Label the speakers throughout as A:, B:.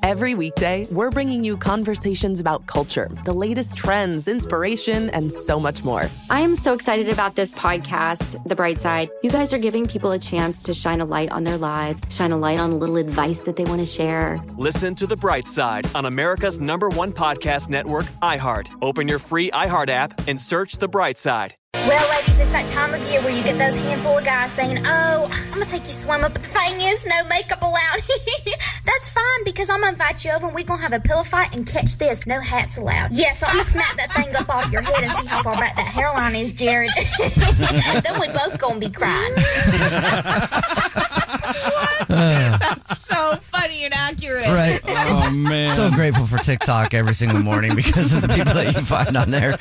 A: Every weekday, we're bringing you conversations about culture, the latest trends, inspiration, and so much more.
B: I am so excited about this podcast, The Bright Side. You guys are giving people a chance to shine a light on their lives, shine a light on a little advice that they want to share.
C: Listen to The Bright Side on America's number one podcast network, iHeart. Open your free iHeart app and search The Bright Side.
D: Well, ladies, it's that time of year where you get those handful of guys saying, Oh, I'm gonna take you swimming, but the thing is, no makeup allowed. That's fine because I'm gonna invite you over and we're gonna have a pillow fight and catch this, no hats allowed. Yeah, so I'm gonna snap that thing up off your head and see how far back that hairline is, Jared. then we both gonna be crying.
E: That's so funny and accurate.
F: Uh, Right. Um,
G: Oh man.
F: So grateful for TikTok every single morning because of the people that you find on there.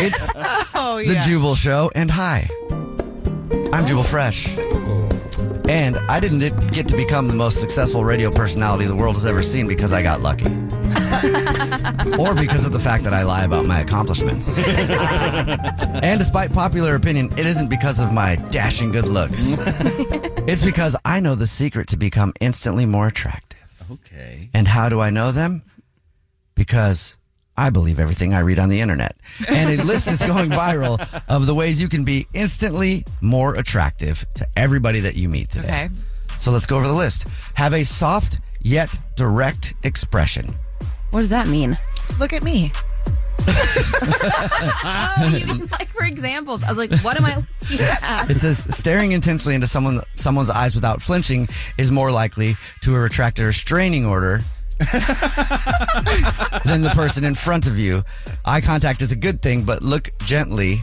F: It's
E: Oh
F: the
E: yeah.
F: Jubal Show, and hi, I'm Jubal Fresh. And I didn't get to become the most successful radio personality the world has ever seen because I got lucky. or because of the fact that I lie about my accomplishments. and despite popular opinion, it isn't because of my dashing good looks. it's because I know the secret to become instantly more attractive.
G: okay.
F: And how do I know them? Because I believe everything I read on the internet. And a list is going viral of the ways you can be instantly more attractive to everybody that you meet today.
E: Okay.
F: So let's go over the list. Have a soft yet direct expression.
H: What does that mean?
E: Look at me. oh, you didn't like for examples. I was like, what am I? Yeah.
F: It says staring intensely into someone someone's eyes without flinching is more likely to retract a restraining order than the person in front of you. Eye contact is a good thing, but look gently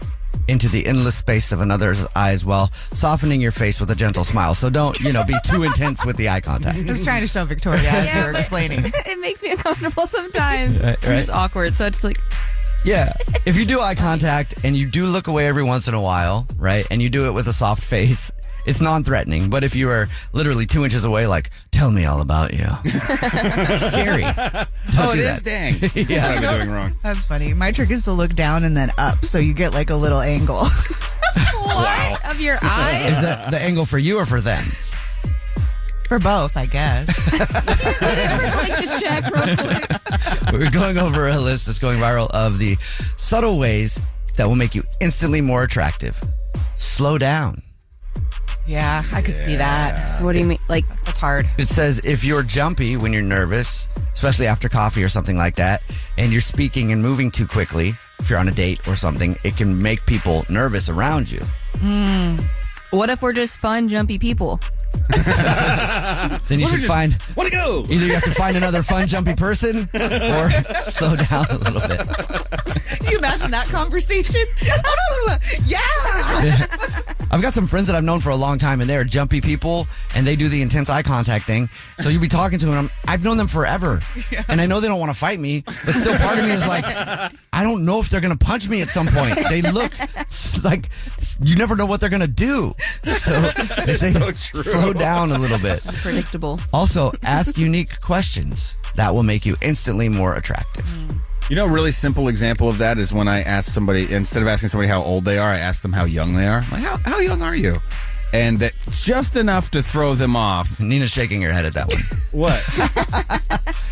F: into the endless space of another's eyes while softening your face with a gentle smile. So don't, you know, be too intense with the eye contact.
H: Just trying to show Victoria as
E: Yeah,
H: you're
E: but-
H: explaining.
E: It makes me uncomfortable sometimes.
F: Right,
E: I'm just
F: right.
E: awkward. So it's like,
F: Yeah. If you do eye contact and you do look away every once in a while, right? And you do it with a soft face, it's non threatening. But if you are literally two inches away, like, tell me all about you. Scary. Don't
G: oh,
F: do
G: it
F: that.
G: is dang. yeah. What am I doing wrong?
H: That's funny. My trick is to look down and then up, so you get like a little angle.
E: what? Of your
F: Is
E: eyes?
F: that the angle for you or for them?
H: For both, I guess.
E: like to check real quick.
F: We're going over a list that's going viral of the subtle ways that will make you instantly more attractive. Slow down.
H: Yeah, I could see that. What do you mean? Like that's hard.
F: It says if you're jumpy when you're nervous, especially after coffee or something like that, and you're speaking and moving too quickly, if you're on a date or something, it can make people nervous around you.
H: Hmm.
E: What if we're just fun, jumpy people?
F: Then you should find
G: Want to go?
F: either you have to find another fun, jumpy person or slow down a little bit.
H: Can you imagine that conversation? Oh, yeah.
F: I've got some friends that I've known for a long time, and they're jumpy people, and they do the intense eye contact thing. So you'll be talking to them. I've known them forever, and I know they don't want to fight me, but still, part of me is like, I don't know if they're gonna punch me at some point. They look s- like s- you never know what they're gonna do. So they say,
G: so true.
F: slow down a little bit.
E: Predictable.
F: Also, ask unique questions that will make you instantly more attractive.
G: You know, a really simple example of that is when I ask somebody, instead of asking somebody how old they are, I ask them how young they are. I'm like, how, how young are you? and that just enough to throw them off.
F: Nina's shaking her head at that one.
G: What?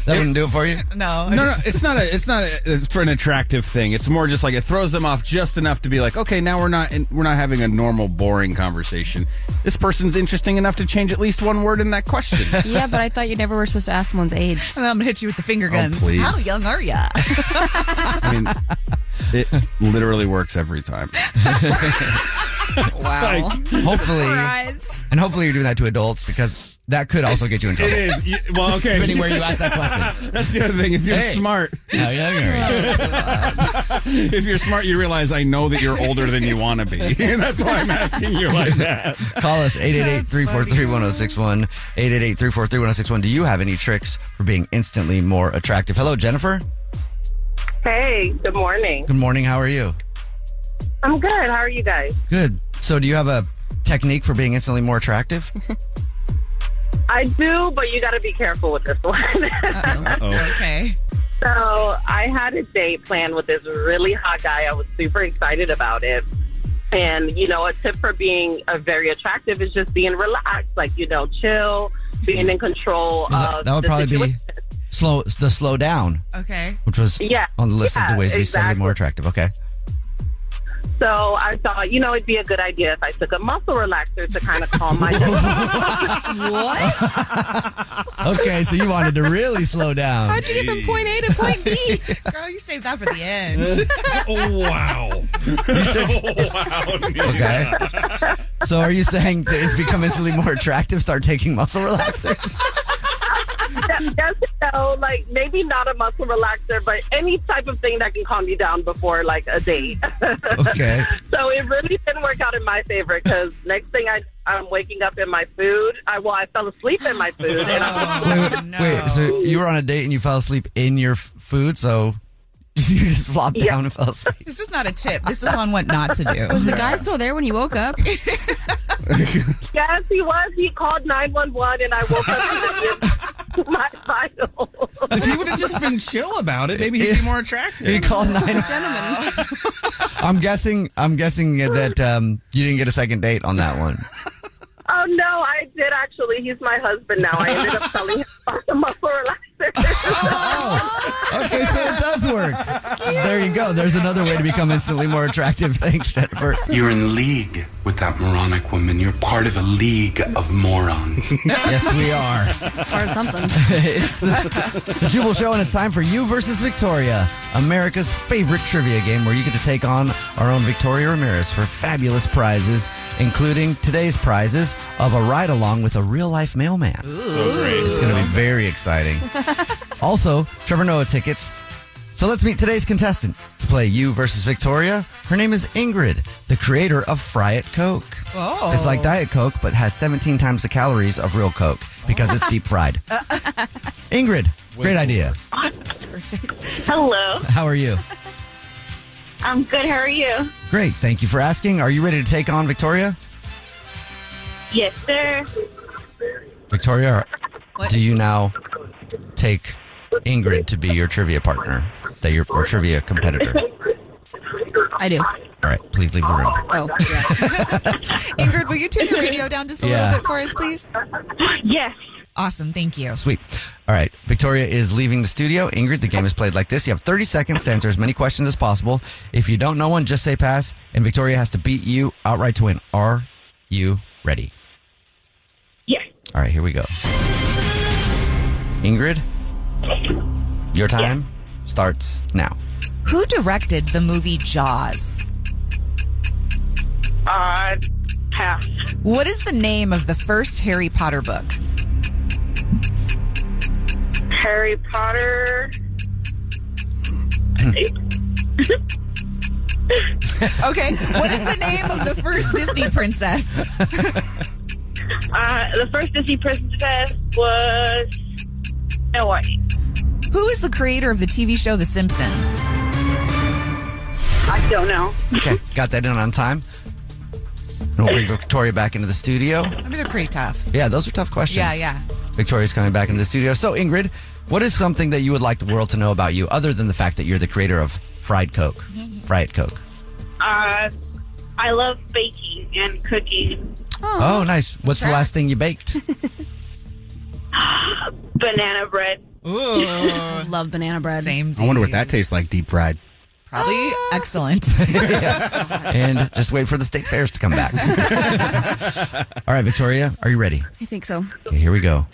F: that wouldn't do it for you?
H: No.
G: No, no, it's not a, it's not a, it's for an attractive thing. It's more just like it throws them off just enough to be like, okay, now we're not, in, we're not having a normal, boring conversation. This person's interesting enough to change at least one word in that question.
H: yeah, but I thought you never were supposed to ask someone's age. And I'm gonna hit you with the finger guns.
G: Oh, please.
H: How young are ya?
G: I mean, it literally works every time.
H: Wow.
F: Hopefully, and hopefully you're doing that to adults because that could also get you in trouble.
G: It is. You- Well, okay.
F: Depending where you ask that question.
G: That's the other thing. If you're
F: Hey.
G: smart,
F: How young
G: Oh,
F: are you?
G: if you're smart, you realize I know that you're older than you want to be, and that's why I'm asking you like that.
F: Call us 888-343-1061, 888-343-1061. Do you have any tricks for being instantly more attractive? Hello, Jennifer.
I: Hey, good morning.
F: Good morning. How are you?
I: I'm good. How are you guys?
F: Good. So do you have a technique for being instantly more attractive?
I: I do, but you got to be careful with this one.
G: Oh.
I: Uh,
H: okay.
I: So I had a date planned with this really hot guy. I was super excited about it. And, you know, a tip for being uh, very attractive is just being relaxed, like, you know, chill, being in control
F: Well,
I: of
F: that, that would
I: the
F: probably
I: situation.
F: be slow the slow down,
H: Okay.
F: which was
I: Yeah,
F: on the list of the
I: yeah,
F: ways to be suddenly more attractive. Okay.
I: So I thought, you know, it'd be a good idea if I took a muscle relaxer to kind of calm my.
H: what?
F: Okay, so you wanted to really slow down.
H: How'd you get from point A to point B? Girl, you saved that for the end.
G: wow. wow.
F: Okay. So are you saying that it's become instantly more attractive? Start taking muscle relaxers?
I: yes, no, like maybe not a muscle relaxer, but any type of thing that can calm you down before like a date.
F: Okay.
I: so it really didn't work out in my favor because next thing I, I'm waking up in my food. I well, I fell asleep in my food, and I
F: Wait, so you were on a date and you fell asleep in your f- food, so you just flopped down and fell asleep.
H: This is not a tip. This is on what not to do. Was the guy still there when you woke up?
I: yes, he was. He called nine one one, and I woke up to the- my vital.
G: If he would have just been chill about it, maybe he'd be more attractive.
F: You called nine. I'm guessing. I'm guessing that um, you didn't get a second date on that one.
I: Oh no, I did actually. He's my husband now. I ended up telling him about the muscle relaxer.
F: Oh.
H: Oh.
F: Okay, so it does work. There you go. There's another way to become instantly more attractive. Thanks, Jennifer.
J: You're in league with that moronic woman. You're part of a league of morons.
F: Yes, we are.
H: or something.
F: it's the, the Jubal Show, and it's time for You versus Victoria, America's favorite trivia game, where you get to take on our own Victoria Ramirez for fabulous prizes, including today's prizes of a ride along with a real life mailman. It's going to be very exciting. also, Trevor Noah tickets. So let's meet today's contestant to play You versus Victoria. Her name is Ingrid, the creator of Fry It Coke.
H: Oh.
F: It's like Diet Coke, but has 17 times the calories of real Coke because it's deep fried. Ingrid, great idea.
K: Hello.
F: How are you?
K: I'm good. How are you?
F: Great. Thank you for asking. Are you ready to take on Victoria?
K: Yes, sir.
F: Victoria, do you now take Ingrid to be your trivia partner, that your or trivia competitor?
H: I do.
F: All right, please leave the room.
H: Oh, yeah. Ingrid, will you turn your radio down just a
F: Yeah.
H: little bit for us, please?
K: Yes.
H: Awesome. Thank you.
F: Sweet. All right. Victoria is leaving the studio. Ingrid, the game is played like this. You have 30 seconds to answer as many questions as possible. If you don't know one, just say pass, and Victoria has to beat you outright to win. Are you ready?
K: Yes.
F: All right, here we go. Ingrid, your time starts now.
H: Who directed the movie Jaws?
I: Uh, pass.
H: What is the name of the first Harry Potter book?
I: Harry Potter.
F: Hmm.
H: Okay. What is the name of the first Disney princess?
K: Uh, the first Disney princess was Snow White.
H: Who is the creator of the TV show The Simpsons?
K: I don't know.
F: Okay, got that in on time. And we'll bring Victoria back into the studio.
H: I mean, they're pretty tough.
F: Yeah, those are tough questions.
H: Yeah, yeah.
F: Victoria's coming back into the studio. So, Ingrid, what is something that you would like the world to know about you, other than the fact that you're the creator of Fried Coke? Fried Coke.
I: Uh,
K: I love baking and cooking.
F: Oh, nice. What's the last thing you baked?
K: Banana bread.
H: Love banana bread. Same.
G: I wonder what that tastes like deep fried.
H: Probably
L: Ah.
H: excellent.
F: and just wait for the state fairs to come back. All right, Victoria, are you ready?
H: I think so.
F: Okay, here we go.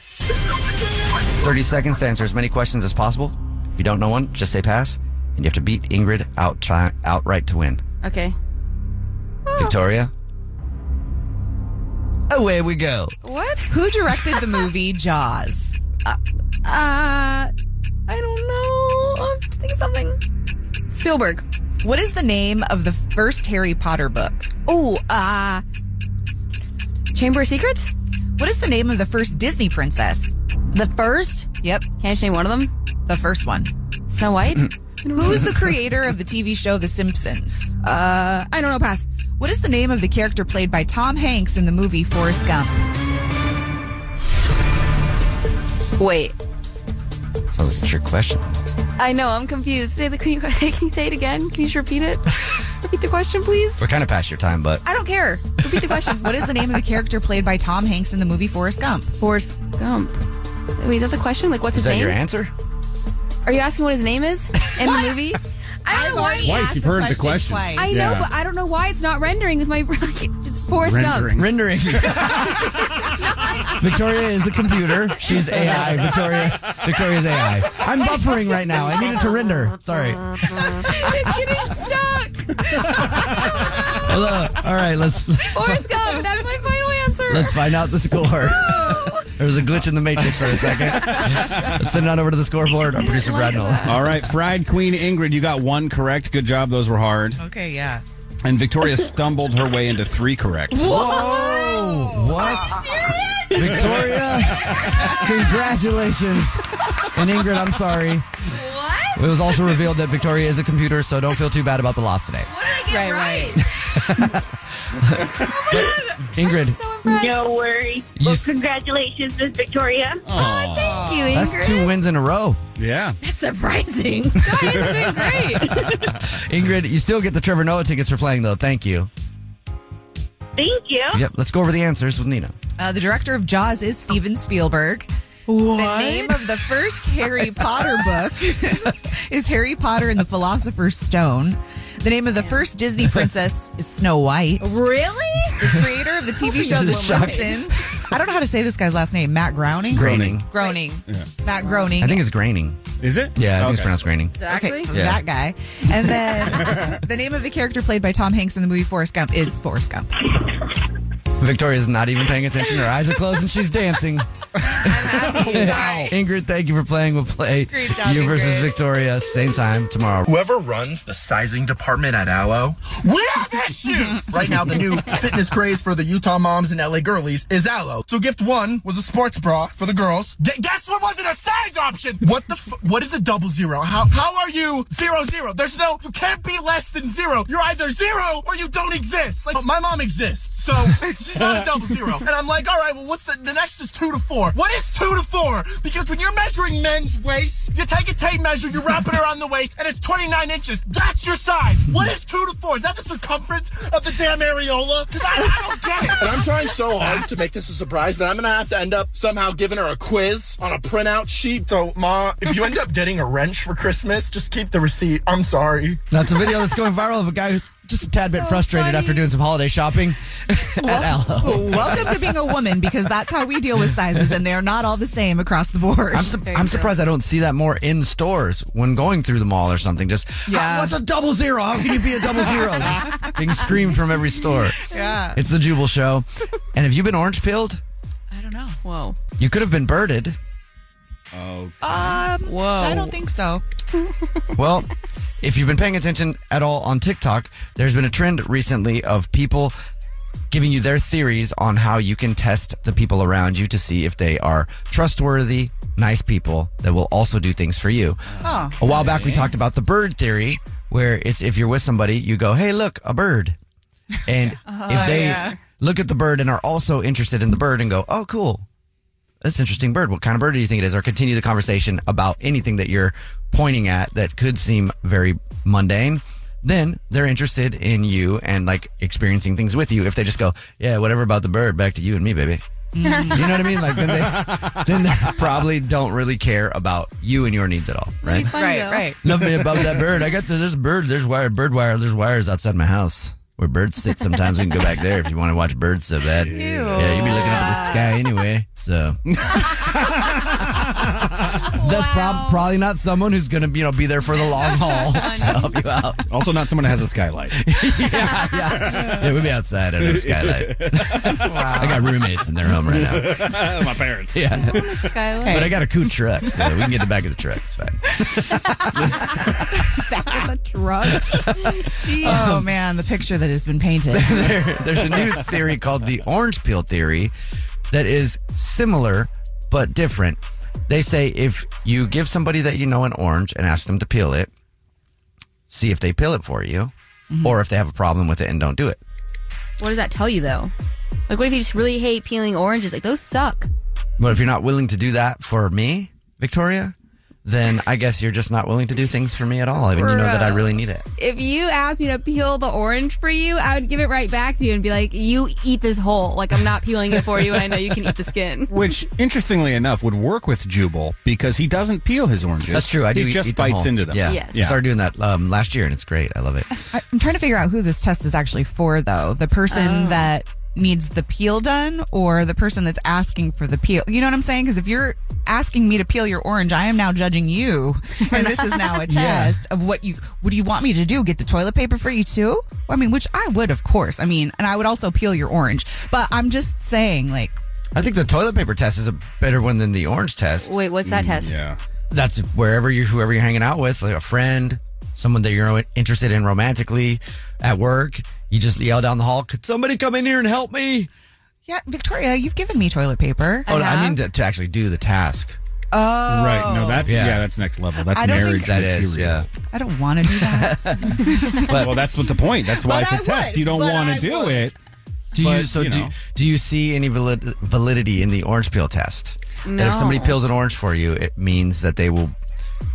F: 30 seconds to answer as many questions as possible. If you don't know one, just say pass. And you have to beat Ingrid out try, outright to win.
H: Okay.
F: Oh. Victoria? Away we go.
H: What? Who directed the movie Jaws? Uh, uh I don't know. I'm just thinking something. Spielberg.
L: What is the name of the first Harry Potter book?
H: Oh, uh Chamber of Secrets?
L: What is the name of the first Disney princess?
H: The first?
L: Yep.
H: Can I just name one of them?
L: The first one.
H: Snow White?
L: Who is the creator of the TV show The Simpsons?
H: Uh I don't know, pass.
L: What is the name of the character played by Tom Hanks in the movie Forrest Gump?
H: Wait.
F: Sounds like a trick question.
H: I know, I'm confused. Say the can you, can you say it again? Can you just repeat it? repeat the question, please.
F: We're kind of past your time, but
H: I don't care. Repeat the question.
L: What is the name of the character played by Tom Hanks in the movie Forrest Gump?
H: Forrest Gump. Wait, is that the question? Like, what's
F: is
H: his
F: that
H: name?
F: your answer?
H: Are you asking what his name is in the movie?
L: I don't know why you
G: Twice,
L: asked
G: you've
L: the
G: heard the
L: question
G: question.
L: twice.
H: I know,
G: Yeah.
H: but I don't know why it's not rendering with my it's Forrest Gump.
F: Rendering. Victoria is the computer. She's AI. Victoria Victoria's AI. I'm buffering right now. I needed to render. Sorry.
H: it's getting stuck.
F: Hold on. All right, let's let's,
H: Forrest Gump. That's my final answer.
F: let's find out the score. There was a glitch in the matrix for a second. Let's send it on over to the scoreboard. Our producer Brad Nolan.
G: All right, Fried Queen Ingrid, you got one correct. Good job. Those were hard.
L: Okay, yeah.
G: And Victoria stumbled her way into three correct.
F: Whoa! What? Victoria, congratulations. And Ingrid, I'm sorry. What? It was also revealed that Victoria is a computer, so don't feel too bad about the loss today.
H: right, right.
F: Ingrid,
K: No worries. Well, congratulations, Miss Victoria.
H: Thank you,
F: that's two wins in a row.
G: Yeah.
H: That's surprising. Guys, it's been great.
F: Ingrid, you still get the Trevor Noah tickets for playing, though. Thank you.
K: Thank you.
L: Oh.
F: Yep, let's go over the answers with Nina.
L: Uh, the director of Jaws is Steven Spielberg. The name of the first Harry Potter book is Harry Potter and the Philosopher's Stone. The name of the first Disney princess is Snow White.
H: Really?
L: The creator of the TV show The
F: This is shocking.
L: Simpsons. I don't know how to say this guy's last name. Matt Groening?
F: Groening.
L: Groening. Matt Groening.
F: I think it's Graining.
G: Is it?
F: Yeah, I think it's
G: Okay.
F: pronounced Graining.
L: Okay,
F: Yeah.
L: that guy. And then the name of the character played by Tom Hanks in the movie Forrest Gump is Forrest Gump.
F: Victoria's not even paying attention. Her eyes are closed and she's dancing. Ingrid, thank you for playing. We'll play
L: job,
F: you versus
L: Ingrid.
F: Victoria same time tomorrow.
M: Whoever runs the sizing department at Allo, we have issues! right now, the new fitness craze for the Utah moms and LA girlies is Allo. So gift one was a sports bra for the girls. Gu- guess what wasn't a size option? What the f- What is a double zero? How, how are you zero zero? There's no, you can't be less than zero. You're either zero or you don't exist. Like, my mom exists, so she's not a double zero. And I'm like, all right, well, what's the, the next is two to four. What is two to four? Because when you're measuring men's waist, you take a tape measure, you wrap it around the waist, and it's 29 inches. That's your size. What is two to four? Is that the circumference of the damn areola? Because I, I don't get it. And I'm trying so hard to make this a surprise, but I'm going to have to end up somehow giving her a quiz on a printout sheet. So, Ma, if you end up getting a wrench for Christmas, just keep the receipt. I'm sorry.
F: That's a video that's going viral of a guy who's just a tad bit frustrated after doing some holiday shopping at Allo.
L: Welcome to being a woman because that's how we deal with sizes, and they're not all the same across the board.
F: I'm, su- I'm surprised I don't see that more in stores when going through the mall or something. Just,
L: Yeah.
F: "Ah, what's a double zero? How can you be a double zero? Just being screamed from every store.
L: Yeah.
F: It's the Jubal Show. And have you been orange peeled?
L: I don't know.
H: Whoa.
F: You could have been birded.
G: Oh.
L: Um,
H: Whoa.
L: I don't think so.
F: Well, if you've been paying attention at all on TikTok, there's been a trend recently of people giving you their theories on how you can test the people around you to see if they are trustworthy, nice people that will also do things for you.
L: Oh.
F: A while back, we talked about the bird theory, where it's if you're with somebody, you go, hey, look, a bird. And if they
L: yeah.
F: look at the bird and are also interested in the bird and go, oh, cool, that's an interesting bird. What kind of bird do you think it is? Or continue the conversation about anything that you're pointing at that could seem very mundane. then they're interested in you and like experiencing things with you. If they just go, yeah, whatever about the bird, back to you and me, baby.
L: Mm.
F: you know what I mean? Like then they then they probably don't really care about you and your needs at all, right?
L: Right, right.
F: Nothing about that bird. I got the, there's bird. There's wire. Bird wire. There's wires outside my house where birds sit. Sometimes we can go back there if you want to watch birds so bad. Yeah, you'd be looking up at the sky anyway. So that's prob- probably not someone who's gonna you know be there for the long haul to help you out.
G: Also, not someone that has a skylight.
F: yeah, yeah. Yeah, we'd be outside under a skylight. I got roommates in their home right now.
G: My parents.
F: Yeah.
H: Skylight.
F: But I got a cool truck, so we can get the back of the truck. It's fine.
L: Drug. oh man, the picture that has been painted.
F: There- there's a new theory called the orange peel theory that is similar but different. They say if you give somebody that you know an orange and ask them to peel it, see if they peel it for you
G: Mm-hmm.
F: or if they have a problem with it and don't do it.
E: What does that tell you though? Like, what if you just really hate peeling oranges? Like, those suck.
F: But if you're not willing to do that for me, Victoria, then I guess you're just not willing to do things for me at all. I mean, you know that I really need it.
E: If you asked me to peel the orange for you, I would give it right back to you and be like, "You eat this whole. Like, I'm not peeling it for you, and I know you can eat the skin."
G: Which, interestingly enough, would work with Jubal because he doesn't peel his oranges.
F: That's true. I do
G: He just
F: eat them
G: bites
F: whole.
G: into them.
F: Yeah. I started doing that um, last year and it's great. I love it.
L: I'm trying to figure out who this test is actually for, though. The person that needs the peel done or the person that's asking for the peel. You know what I'm saying? Because if you're asking me to peel your orange, I am now judging you. And this is now a
H: Yeah.
L: test of what you what do you want me to do? Get the toilet paper for you too? I mean, which I would, of course. I mean, and I would also peel your orange. But I'm just saying, like,
F: I think the toilet paper test is a better one than the orange test.
E: Wait, what's that test?
G: Mm, Yeah.
F: That's wherever you, whoever you're hanging out with, like a friend, someone that you're interested in romantically, at work. You just yell down the hall, could somebody come in here and help me?
L: yeah, Victoria, you've given me toilet paper.
F: oh, no, I mean to, to actually do the task.
L: Oh.
G: Right. No, that's yeah. that's next level. That's
L: I don't think-
G: marriage
L: That
G: material.
L: is, I don't want to do that.
G: well, that's what the point. That's why
L: But
G: it's a
L: I
G: test.
L: would.
G: You don't
L: But
G: want
L: I
G: to do
L: would.
G: it.
F: Do you
G: But,
F: so
G: you
F: do,
G: know.
F: do you see any valid, validity in the orange peel test? That if somebody
L: No.
F: peels an orange for you, it means that they will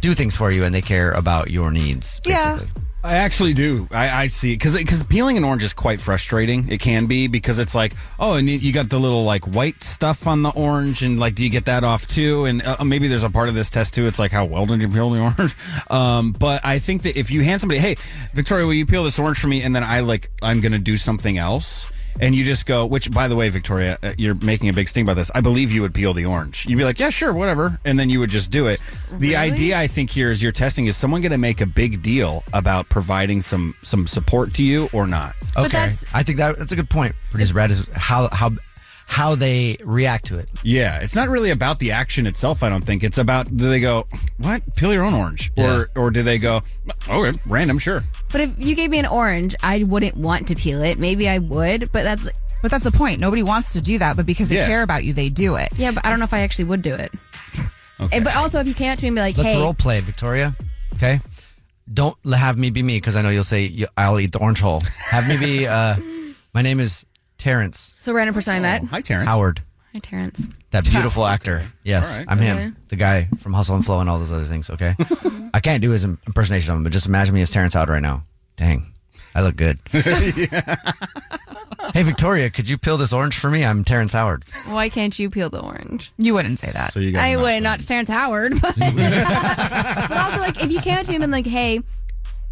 F: do things for you and they care about your needs.
L: Yeah.
G: I actually do. I, I see because because peeling an orange is quite frustrating. It can be because it's like oh, and you- you got the little like white stuff on the orange, and like do you get that off too? And uh, maybe there's a part of this test too. It's like how well did you peel the orange? Um, but I think that if you hand somebody, hey, Victoria, will you peel this orange for me? And then I like I'm gonna do something else. And you just go, which, by the way, Victoria, uh, you're making a big sting about this. I believe you would peel the orange. You'd be like, yeah, sure, whatever. And then you would just do it. The idea, I think, here is you're testing is someone going to make a big deal about providing some some support to you or not?
F: Okay. I think that that's a good point. Producer Brad is how how how they react to it.
G: Yeah, it's not really about the action itself. I don't think it's about do they go what peel your own orange or or do they go okay random sure
E: But if you gave me an orange, I wouldn't want to peel it. Maybe I would, but that's
L: but that's the point. Nobody wants to do that, but because they
E: Yeah.
L: care about you, they do it.
E: yeah. But I don't know if I actually would do it. And- But also, if you came up to me and be like,
F: Let's
E: "Hey,
F: role play, Victoria. Okay. Don't l- have me be me because I know you'll say "You- I'll eat the orange hole. Have me be. Uh, my name is Terrence
E: so random person I met."
G: Oh, Hi, Terrence.
F: Howard.
E: Hi, Terrence.
F: That beautiful actor. Yes,
E: All right.
F: I'm him.
E: Okay.
F: The guy from Hustle and Flow and all those other things, okay? I can't do his im- impersonation of him, but just imagine me as Terrence Howard right now. Dang, I look good. Hey, Victoria, could you peel this orange for me? I'm Terrence Howard.
E: Why can't you peel the orange?
L: You wouldn't say that.
F: So you
E: I would not to Terrence Howard, but, but also like if you came up to me and been like, "Hey,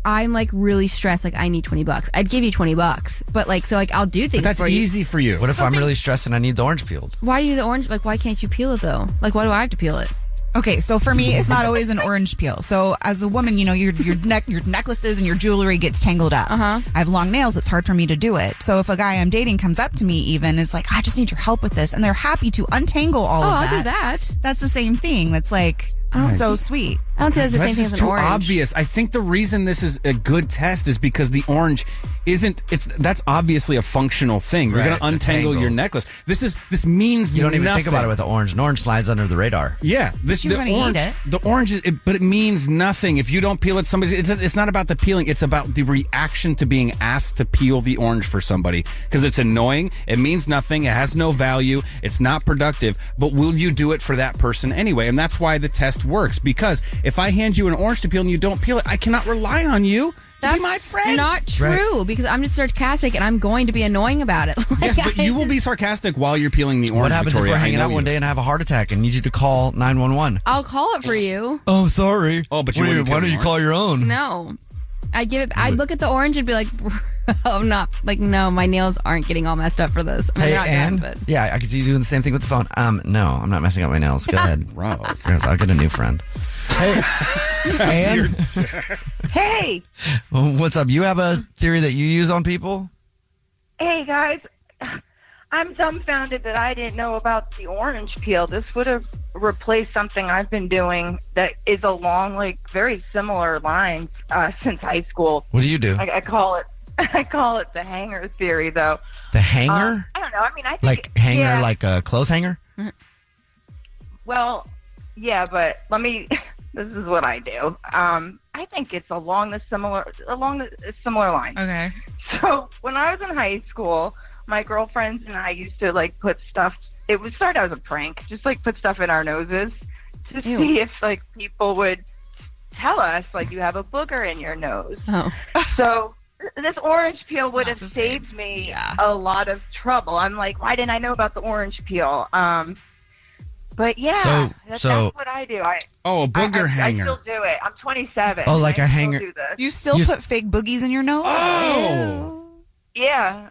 E: I'm like really stressed. Like I need twenty bucks. I'd give you twenty bucks, but like so like I'll do things. for you.
G: for you.
F: What if I'm really stressed and I need the orange peeled?
E: Why do you do the orange? Like why can't you peel it though? Like why do I have to peel it?
L: Okay, so for me, it's not always an orange peel. So as a woman, you know your your neck, your necklaces, and your jewelry gets tangled up. Uh-huh. I have long nails; it's hard for me to do it. So if a guy I'm dating comes up to me, even and is like, "I just need your help with this," and they're happy to untangle all
E: Oh,
L: of
E: I'll do
L: that. that. That's the same thing. That's like
G: I don't
L: so
G: see-
L: sweet.
G: That's just too obvious. I think the reason this is a good test is because the orange isn't. It's that's obviously a functional thing. You're
F: Right,
G: going to
F: the
G: untangle
F: tangle.
G: your necklace. This is this means
F: You don't even
G: nothing.
F: think about it with the orange. An orange slides under the radar.
G: Yeah, this
F: But you're
G: the
F: gonna eat
G: orange.
F: it.
G: The orange, is, it, but it means nothing if you don't peel it. Somebody, it's, it's not about the peeling. It's about the reaction to being asked to peel the orange for somebody because it's annoying. It means nothing. It has no value. It's not productive. But will you do it for that person anyway? And that's why the test this works because if I hand you an orange to peel and you don't peel it, I cannot rely on you. to
E: That's
G: be my friend.
E: not true because I'm just sarcastic and I'm going to be annoying about it. Like,
G: Yes, but you will be sarcastic while you're peeling the orange.
F: What happens
G: Victoria,
F: if
G: I
F: we're hanging
G: know
F: out one
G: you.
F: day and I have a heart attack and need you to call 911?
E: I'll call it for you.
F: Oh, sorry. Oh,
G: but you wouldn't peel
F: why don't
G: the
F: you call your own?
E: No, I give it. I'd look at the orange and be like, I'm not like no, my nails aren't getting all messed up for this. I mean,
F: Hey,
E: they're not good,
F: Anne.
E: but-
F: Yeah, I could see you doing the same thing with the phone. Um, no, I'm not messing up my nails. Go ahead. Gross. I'll get a new friend. Hey, Anne,
K: Hey,
F: what's up? You have a theory that you use on people?
K: hey guys, I'm dumbfounded that I didn't know about the orange peel. This would have replaced something I've been doing that is along like very similar lines uh, since high school.
F: What do you do?
K: I, I call it I call it the hanger theory, though.
F: The hanger?
K: Um, I don't know. I mean, I
E: Uh,
K: think
F: like hanger,
K: yeah.
F: like a clothes hanger?
K: Well, yeah, but let me. This is what I do. Um, I think it's along the similar along the similar line.
L: Okay.
K: So when I was in high school, my girlfriends and I used to like put stuff. It would start out as a prank, just like put stuff in our noses to
E: Ew.
K: see if like people would tell us like you have a booger in your nose.
E: Oh.
K: So this orange peel would have saved me a lot of trouble. I'm like, why didn't I know about the orange peel? Um, but yeah,
F: So-
K: that-
F: so-
K: that's what I do. I
G: Oh, a
K: I,
G: booger
K: I,
G: hanger.
K: I still do it. I'm 27.
F: Oh, like
K: I
F: a
K: still
F: hanger-
K: do this.
L: You still
F: You-
L: put fake boogies in your nose?
G: Oh.
K: yeah.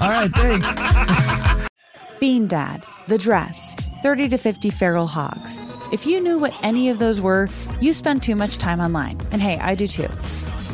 F: All right, thanks.
N: Bean Dad, The Dress, 30 to 50 Feral Hogs. If you knew what any of those were, you spend too much time online. And hey, I do too.